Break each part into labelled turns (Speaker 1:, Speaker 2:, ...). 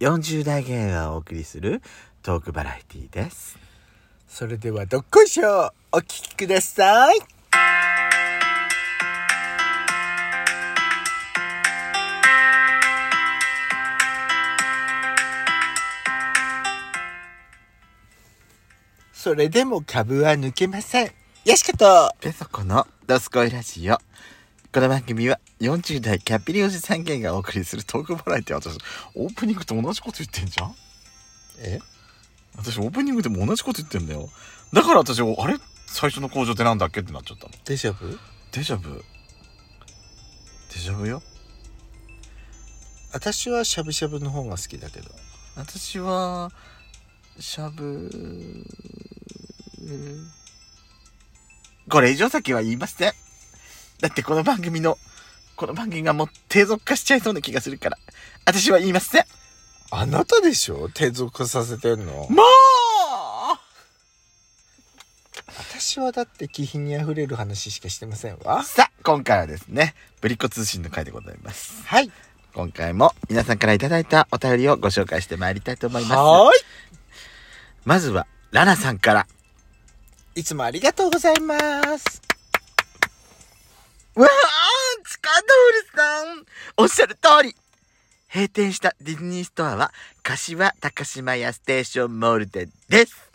Speaker 1: 40代芸がお送りするトークバラエティーです
Speaker 2: それではどっこいしょお聞きくださいそれでも株は抜けませんよしこと
Speaker 1: ペソコのドスコイラジオこの番組は40代キャッピリおじさん芸がお送りするトークバラエティー私オープニングと同じこと言ってんじゃん
Speaker 2: え
Speaker 1: 私オープニングでも同じこと言ってんだよだから私あれ最初の工場ってなんだっけってなっちゃったの
Speaker 2: デジャブ
Speaker 1: デジャブデジャブよ
Speaker 2: 私はしゃぶしゃぶの方が好きだけど
Speaker 1: 私はしゃぶこれ以上先は言いませんだってこの番組のこの番組がもう低俗化しちゃいそうな気がするから私は言いません
Speaker 2: あなたでしょ低俗させてんの
Speaker 1: もう
Speaker 2: 私はだって気品にあふれる話しかしてませんわ
Speaker 1: さあ今回はですねぶりっ子通信の回でございます
Speaker 2: はい
Speaker 1: 今回も皆さんからいただいたお便りをご紹介してまいりたいと思います
Speaker 2: は
Speaker 1: まずはラナさんから
Speaker 2: いいつもありがとうございます
Speaker 1: うわあ、チカドールさんおっしゃる通り閉店したディズニーストアは柏高島屋ステーションモールでです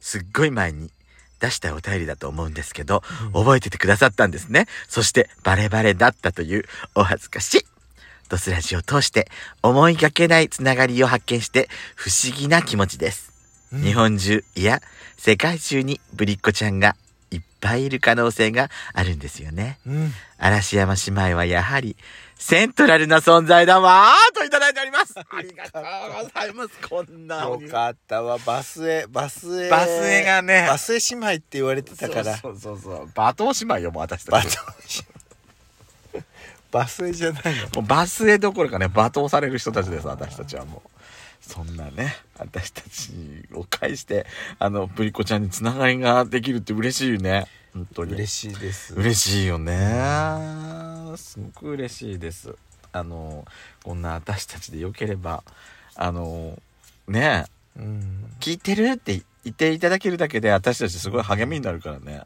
Speaker 1: すっごい前に出したお便りだと思うんですけど、覚えててくださったんですね。そしてバレバレだったというお恥ずかしい。ドスラジを通して思いがけないつながりを発見して不思議な気持ちです。
Speaker 2: うん
Speaker 1: 日本中いや世界中にぶりっ子ちゃんがいっぱいいる可能性があるんですよね。
Speaker 2: うん
Speaker 1: 嵐山姉妹はやはりセントラルな存在だわーといただいております。ありがとうございます。こんなお
Speaker 2: よ
Speaker 1: に
Speaker 2: かったわバスへバスへ
Speaker 1: バス絵がね。
Speaker 2: バスへ姉妹って言われてたから
Speaker 1: そうそうそうそう。罵倒姉妹よ、もう私た
Speaker 2: バ
Speaker 1: ち。
Speaker 2: スへバスへじゃないの
Speaker 1: もうバスへどころかね、罵倒される人たちです、私たちはもう。そんなね、私たちを介して、あの、ぶりっ子ちゃんにつながりができるって嬉しいよね。本当に。
Speaker 2: 嬉しいです
Speaker 1: 嬉しいよねすごく嬉しいですあのこんな私たちでよければあのね
Speaker 2: うん
Speaker 1: 聞いてるって言っていただけるだけで私たちすごい励みになるからね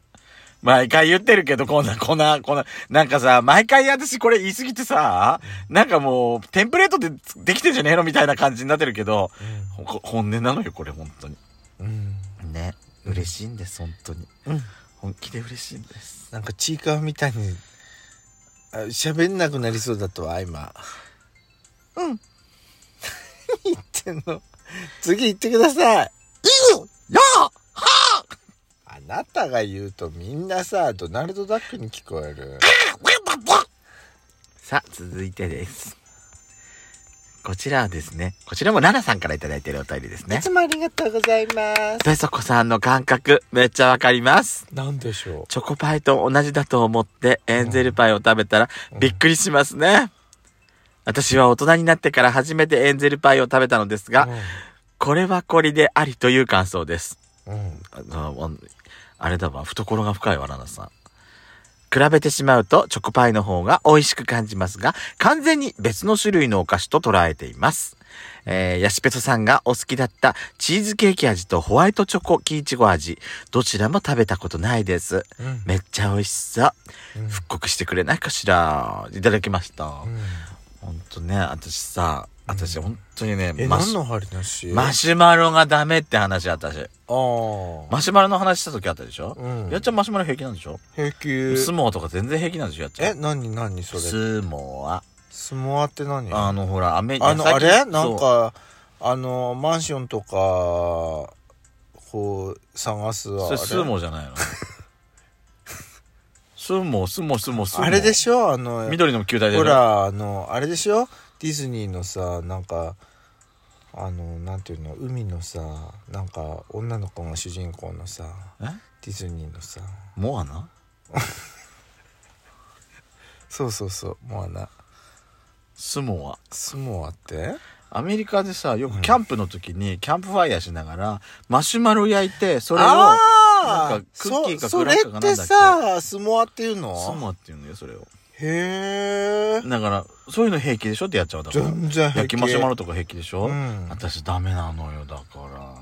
Speaker 1: 毎回言ってるけどこんなこんなこんななんかさ毎回私これ言い過ぎてさなんかもうテンプレートでできてんじゃねえのみたいな感じになってるけどほ本音なのよこれ本当に
Speaker 2: うん
Speaker 1: ね嬉しいんです本当に
Speaker 2: うん
Speaker 1: 本気で嬉しいんです
Speaker 2: なんかちいかわみたいにあ喋んなくなりそうだとは今
Speaker 1: うん
Speaker 2: 何言ってんの次言ってください
Speaker 1: やあ
Speaker 2: あなたが言うとみんなさドナルド・ダックに聞こえる
Speaker 1: さあ、続いてです。こちらはですね、こちらもラナさんからいただいてるお便りです
Speaker 2: い
Speaker 1: ね。
Speaker 2: つもありがとうございます
Speaker 1: ペソコさんの感覚、めっちゃわかります。
Speaker 2: なんでしょ
Speaker 1: チョコパイと同じだと思ってエンゼルパイを食べたら
Speaker 2: うん
Speaker 1: びっくりしますね。私は大人になってから初めてエンゼルパイを食べたのです
Speaker 2: う
Speaker 1: が、これはこれでありという感想です。
Speaker 2: うんうん
Speaker 1: あの、ああれだわ、懐が深いわ、ラナさん。比べてしまうとチョコパイの方が美味しく感じますが、完全に別の種類のお菓子と捉えています。えー、ヤシペソさんがお好きだったチーズケーキ味とホワイトチョコキイチゴ味、どちらも食べたことないです。
Speaker 2: うん
Speaker 1: めっちゃ美味しそう。
Speaker 2: うん
Speaker 1: 復刻してくれないかしら。いただきました。ほんとね、私さ、私ほんとにね、
Speaker 2: え
Speaker 1: マ
Speaker 2: 何
Speaker 1: シュ
Speaker 2: の話
Speaker 1: マシュマロがダメって話私。
Speaker 2: あー
Speaker 1: マシュマロの話した時あったでしょ、
Speaker 2: うん
Speaker 1: やっちゃんマシュマロ平気なんでしょ
Speaker 2: 平気
Speaker 1: 相撲とか全然平気なんでしょやっちゃ
Speaker 2: え
Speaker 1: ん
Speaker 2: 何何それ
Speaker 1: 相撲は
Speaker 2: スモアって何
Speaker 1: あのほらアメ
Speaker 2: あの
Speaker 1: 野
Speaker 2: あ
Speaker 1: 菜
Speaker 2: れ
Speaker 1: そう
Speaker 2: なんかあのマンションとかこう探すあ
Speaker 1: それ
Speaker 2: れ
Speaker 1: 相撲じゃないの 相撲相撲相撲相撲
Speaker 2: あれで
Speaker 1: し
Speaker 2: しょあの
Speaker 1: 緑の球体でし
Speaker 2: ほ
Speaker 1: ょ
Speaker 2: らあのあれでしょディズニーのさなんかあのなんていうの海のさなんか女の子が主人公のさ
Speaker 1: え
Speaker 2: ディズニーのさ
Speaker 1: モアナ
Speaker 2: そうそうそうモアナ
Speaker 1: 相撲は
Speaker 2: スモアって
Speaker 1: アメリカでさよくキャンプの時にキャンプファイヤーしながらマシュマロ焼いてそれを
Speaker 2: あ
Speaker 1: なんかクッキーか
Speaker 2: そ
Speaker 1: クラッカーかなんだっけ
Speaker 2: それってさスモアっていうの
Speaker 1: 相撲っていうのよそれを
Speaker 2: へえ
Speaker 1: だから、そういうの平気でしょってやっちゃうだから。
Speaker 2: 全然平 気
Speaker 1: 焼きマシュマロとか平気でしょ、
Speaker 2: うん
Speaker 1: 私ダメなのよ、だから。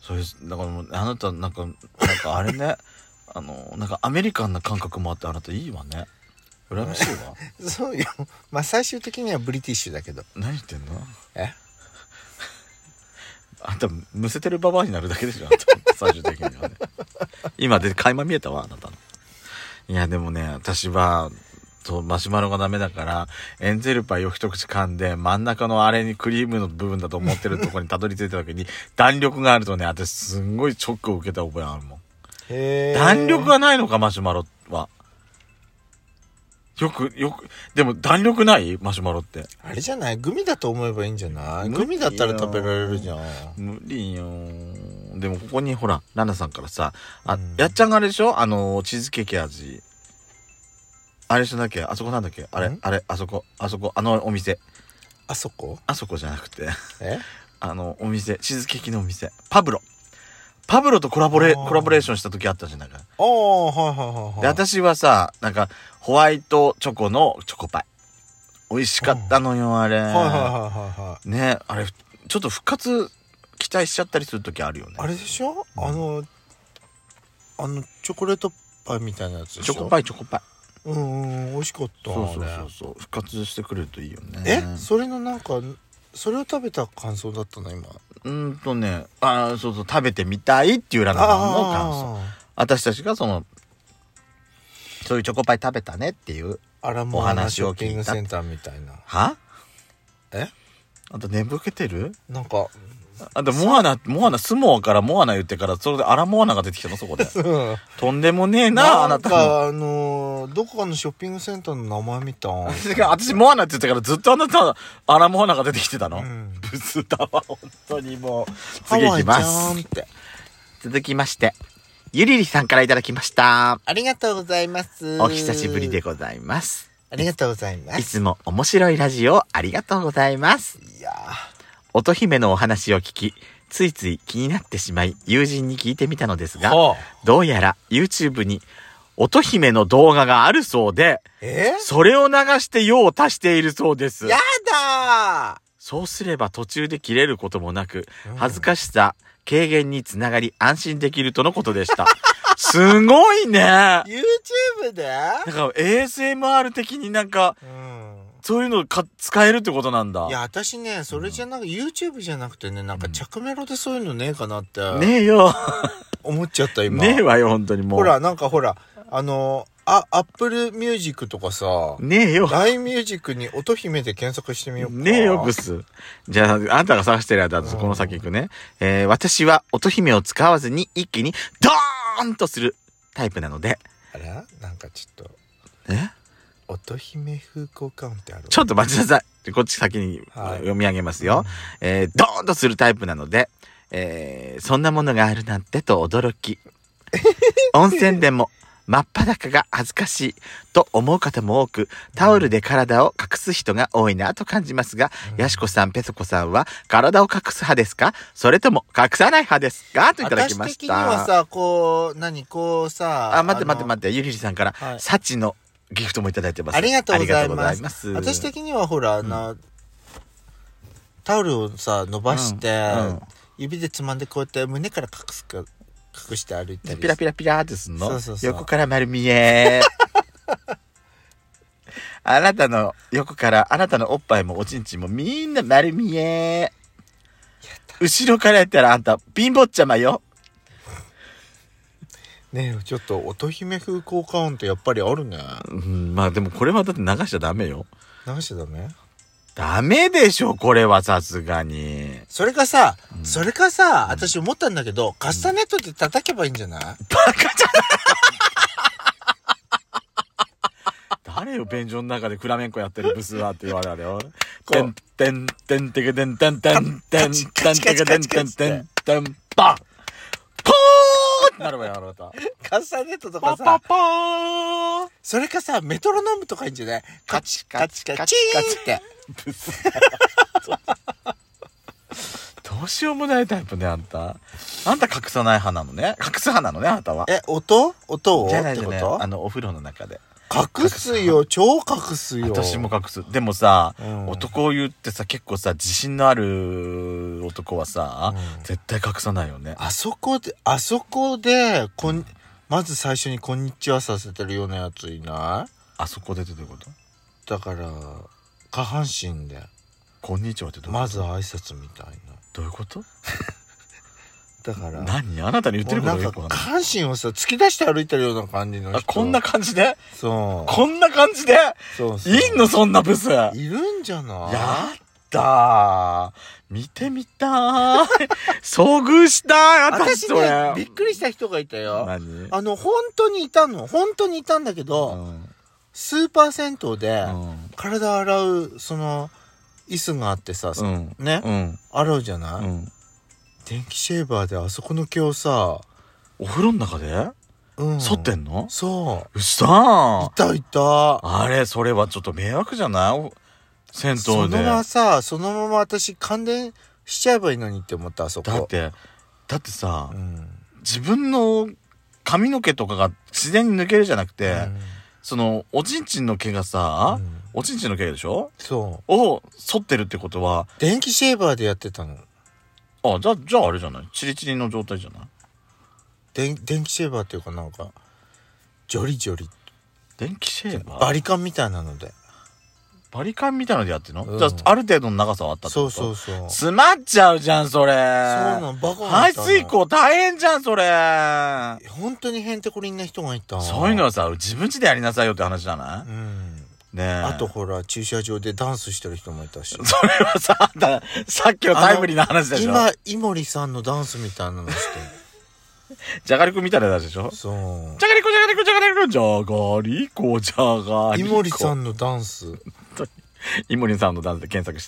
Speaker 1: そういう、だからもう、あなた、なんか、なんかあれね、あの、なんかアメリカンな感覚もあって、あなたいいわね。羨ましいわ。
Speaker 2: そうよまあ最終的にはブリティッシュだけど
Speaker 1: 何言ってんの
Speaker 2: え
Speaker 1: あんた、むせてるババアになるだけでしょ、あんた最終的にはね。今で垣間見えたわ、あなたの。いや、でもね、私は、そう、マシュマロがダメだから、エンゼルパイを一口噛んで、真ん中のあれにクリームの部分だと思ってるところにたどり着いた時に、弾力があるとね、私すんごいショックを受けた覚えあるもん。
Speaker 2: へえ
Speaker 1: 弾力がないのか、マシュマロは。よく、よく、でも弾力ないマシュマロって。
Speaker 2: あれじゃないグミだと思えばいいんじゃない
Speaker 1: 無理よ
Speaker 2: グミだったら食べられるじゃん
Speaker 1: 無理よーでもここにほらラナさんからさあ、
Speaker 2: うん
Speaker 1: やっちゃんがあれでしょあのーチーズケーキ味あれじゃなきゃあそこなんだっけあれ
Speaker 2: ん
Speaker 1: あれあそこあそこあのお店
Speaker 2: あそこ
Speaker 1: あそこじゃなくて
Speaker 2: え
Speaker 1: あのお店チーズケーキのお店パブロパブロとコラボレ
Speaker 2: あー
Speaker 1: コラボレーションした時あったじゃないか
Speaker 2: ああはいはいはいはい
Speaker 1: で私はさなんかホワイトチョコのチョコパイ美味しかったのよあれ、
Speaker 2: はいはいはいはいはい
Speaker 1: ねあれちょっと復活期待しちゃったりする時あるよね
Speaker 2: あれでしょ
Speaker 1: うん
Speaker 2: あのあのチョコレートパイみたいなやつでし
Speaker 1: チ
Speaker 2: ょ
Speaker 1: ョコパ
Speaker 2: イ
Speaker 1: イチョコパイ
Speaker 2: うんうん美味しかった
Speaker 1: そうそう
Speaker 2: あ
Speaker 1: そう
Speaker 2: れ
Speaker 1: そう復活してくれるといいよね
Speaker 2: えそれのなんかそれを食べた感想だったの今
Speaker 1: うーんとねああそうそう食べてみたいっていうラナさんの感想私たちがそのそういうチョコパイ食べたねっていう
Speaker 2: あら
Speaker 1: お
Speaker 2: もう
Speaker 1: 話
Speaker 2: ショ
Speaker 1: を
Speaker 2: ッ
Speaker 1: 聞いた
Speaker 2: ピングセンターみたいな
Speaker 1: は
Speaker 2: え
Speaker 1: あんた寝ぼけてる
Speaker 2: なんか
Speaker 1: あんたモアナモアナスモアからモアナ言ってからそれでアラモアナが出てきたのそこで
Speaker 2: うん
Speaker 1: とんでもねえ なあ
Speaker 2: な
Speaker 1: なんたも
Speaker 2: かあのーどこかのショッピングセンターの名前みたい
Speaker 1: 私が 私モアナって言ってからずっとあなたアラモアナが出てきてたの、
Speaker 2: うん
Speaker 1: ブスだわ本当にもう
Speaker 2: ハ
Speaker 1: 次行
Speaker 2: ワ
Speaker 1: き
Speaker 2: イじゃ
Speaker 1: ます
Speaker 2: んって
Speaker 1: 続きまして、ゆりりさんからいただきました。
Speaker 2: ありがとうございます
Speaker 1: お久しぶりでございます。
Speaker 2: ありがとうございま
Speaker 1: い
Speaker 2: す
Speaker 1: つも面白いラジオありがとうございます。
Speaker 2: いや
Speaker 1: 乙姫のお話を聞き、ついつい気になってしまい、友人に聞いてみたのです
Speaker 2: ー
Speaker 1: が、どうやら YouTube に乙姫の動画があるそうで、
Speaker 2: え
Speaker 1: それを流して用を足しているそうです。
Speaker 2: やだ
Speaker 1: そうすれば途中で切れることもなく
Speaker 2: うん、
Speaker 1: 恥ずかしさ、軽減につながり安心できるとのことでした。 すごいね
Speaker 2: ー YouTube で
Speaker 1: なんか ASMR 的になんか、
Speaker 2: うん
Speaker 1: そういうのか使えるってことなんだ。
Speaker 2: いや私ねそれじゃなく YouTube じゃなくてねなんか着メロでそういうのねえかなって
Speaker 1: ねえよ。
Speaker 2: 思っちゃった今
Speaker 1: ねえわよ、本当にもう。
Speaker 2: ほらなんかほらあのーあアップルミュージックとかさ
Speaker 1: ねえよ。
Speaker 2: LINE ミュージックに乙姫で検索してみようか
Speaker 1: ねえよ、グス。じゃあ、あんたが探してる間、この先行くね。えー、私は乙姫を使わずに一気にドーンとするタイプなので。
Speaker 2: あらなんかちょっと
Speaker 1: え
Speaker 2: 乙姫風効果音ってある
Speaker 1: ちょっ
Speaker 2: と
Speaker 1: と待ちなさい。こっち先に
Speaker 2: はい
Speaker 1: 読み上げますよ。えー、ドーンとするタイプなので、えー、そんなものがあるなんてと驚 き。温泉でも真っ裸が恥ずかしいと思う方も多く、タオルで体を隠す人が多いなと感じますが、やしこさん、ペソコさんは体を隠す派ですかそれとも隠さない派ですかといただきま
Speaker 2: 私
Speaker 1: し
Speaker 2: 的には
Speaker 1: た。
Speaker 2: さこう何こうさ
Speaker 1: あ、待って待って
Speaker 2: って
Speaker 1: 待って、ゆりりさんから、
Speaker 2: はい
Speaker 1: サチのギフトもいただいてます。
Speaker 2: ありがとうござい
Speaker 1: あり
Speaker 2: ま
Speaker 1: がと
Speaker 2: す
Speaker 1: うございます
Speaker 2: 私的にはほら、あのタオルをさ伸ばして、
Speaker 1: うんうん
Speaker 2: 指でつまんでこうやって胸から隠すか隠して歩いたり
Speaker 1: ピラピラピラーってすんの
Speaker 2: そうそうそう
Speaker 1: 横から丸見 えあなたの横からあなたのおっぱいもおちんちんもみんな丸見え後ろからやったらあんた貧乏ちゃまよ
Speaker 2: ねえちょっと乙姫風効果音ってやっぱりあるね
Speaker 1: うんまあでもこれはだって流しちゃダメよ
Speaker 2: 何してダメ
Speaker 1: ダメでしょこれはさすがに
Speaker 2: それかさ、それかさ私思ったんだけどカスタネットで叩けばいいんじゃない、
Speaker 1: バカじゃない誰よ便所の中でフラメンコやってるブスはって言われるよ。
Speaker 2: こ
Speaker 1: て
Speaker 2: うん
Speaker 1: てんてんてけてんてんてんてんてんてんてけてんてんてんてんパンポーンなるわよ、あなた。
Speaker 2: カスタネットと
Speaker 1: パ
Speaker 2: か
Speaker 1: パ
Speaker 2: さ
Speaker 1: パーン
Speaker 2: それかさメトロノームとかいいんじゃないカチカチカチカチーンって
Speaker 1: ブス。どうしようもないタイプね、あんた。あんた隠さない派なのね。隠す派なのね、あなたは。
Speaker 2: え音音を
Speaker 1: じゃない
Speaker 2: っ
Speaker 1: じゃ
Speaker 2: てこ
Speaker 1: ない。
Speaker 2: と
Speaker 1: あの、お風呂の中で。
Speaker 2: 隠すよ超隠すよ
Speaker 1: 私も隠すでもさ、
Speaker 2: うん
Speaker 1: 男を言ってさ結構さ自信のある男はさ、
Speaker 2: うん
Speaker 1: 絶対隠さないよね
Speaker 2: あそこであそこでこんまず最初に「こんにちは」させてるようなやついない
Speaker 1: あそこでってどういうこと
Speaker 2: だから下半身で
Speaker 1: こんにちはってどういうこと、
Speaker 2: まず挨拶みたいな
Speaker 1: どういうこと
Speaker 2: だから
Speaker 1: 何あなたに言ってることがよ
Speaker 2: もうなん
Speaker 1: く
Speaker 2: か
Speaker 1: わかんない
Speaker 2: 下半身をさ突き出して歩いてるような感じの人
Speaker 1: あこんな感じで
Speaker 2: そう
Speaker 1: こんな感じで
Speaker 2: そうそう
Speaker 1: いんのそんなブスやっ
Speaker 2: いるんじゃない
Speaker 1: たー見てみた ーい遭遇したー私
Speaker 2: 私
Speaker 1: それ
Speaker 2: ねびっくりした人がいたよ
Speaker 1: 何
Speaker 2: あの本当にいたの本当にいたんだけど、
Speaker 1: うん
Speaker 2: スーパー銭湯で
Speaker 1: うん
Speaker 2: 体洗うその椅子があってさ、
Speaker 1: うん
Speaker 2: ね、
Speaker 1: うん
Speaker 2: 洗うじゃない、
Speaker 1: うん
Speaker 2: 電気シェーバーであそこの毛をさ、
Speaker 1: お風呂の中で
Speaker 2: うん、
Speaker 1: 剃ってんの
Speaker 2: そう
Speaker 1: っさ
Speaker 2: うい
Speaker 1: ー
Speaker 2: たいた
Speaker 1: あれそれはちょっと迷惑じゃない銭湯で
Speaker 2: そのままさそのまま私感電しちゃえばいいのにって思ったあそこ
Speaker 1: だってだってさ、
Speaker 2: うん
Speaker 1: 自分の髪の毛とかが自然に抜けるじゃなくて、
Speaker 2: うん
Speaker 1: そのおちんちんの毛がさ、
Speaker 2: うん
Speaker 1: おちんちんの毛でしょ
Speaker 2: そ
Speaker 1: を剃ってるってことは
Speaker 2: う電気シェーバーでやってたの
Speaker 1: あじゃあじゃああれじゃないチリチリの状態じゃない
Speaker 2: でん電気シェーバーっていうかなんかジョリジョリ
Speaker 1: 電気シェーバー
Speaker 2: バリカンみたいなので
Speaker 1: バリカンみたいのでやってんの、
Speaker 2: うん
Speaker 1: じゃあある程度の長さはあったって
Speaker 2: そ
Speaker 1: こと
Speaker 2: うそううそうそう
Speaker 1: 詰まっちゃうじゃんそれ
Speaker 2: なのバカが
Speaker 1: 排
Speaker 2: いたの
Speaker 1: 水口大変じゃんそれ
Speaker 2: 本当にへんてこりんな人がいた
Speaker 1: そういうのはさ自分ちでやりなさいよって話じゃな
Speaker 2: うん
Speaker 1: いねえ
Speaker 2: あとほら駐車場でダンスしてる人もいた し
Speaker 1: それはさあんたさっきのタイムリーな話でしょ
Speaker 2: 今井森さんのダンスみたいなのして
Speaker 1: じゃがりこみたいなやつでしょ
Speaker 2: そう
Speaker 1: じゃがりこじゃがりこじゃがりこじゃがりこじゃがりこ
Speaker 2: 井森さ
Speaker 1: ん
Speaker 2: んのダンス
Speaker 1: 井森さんのダンスで検索し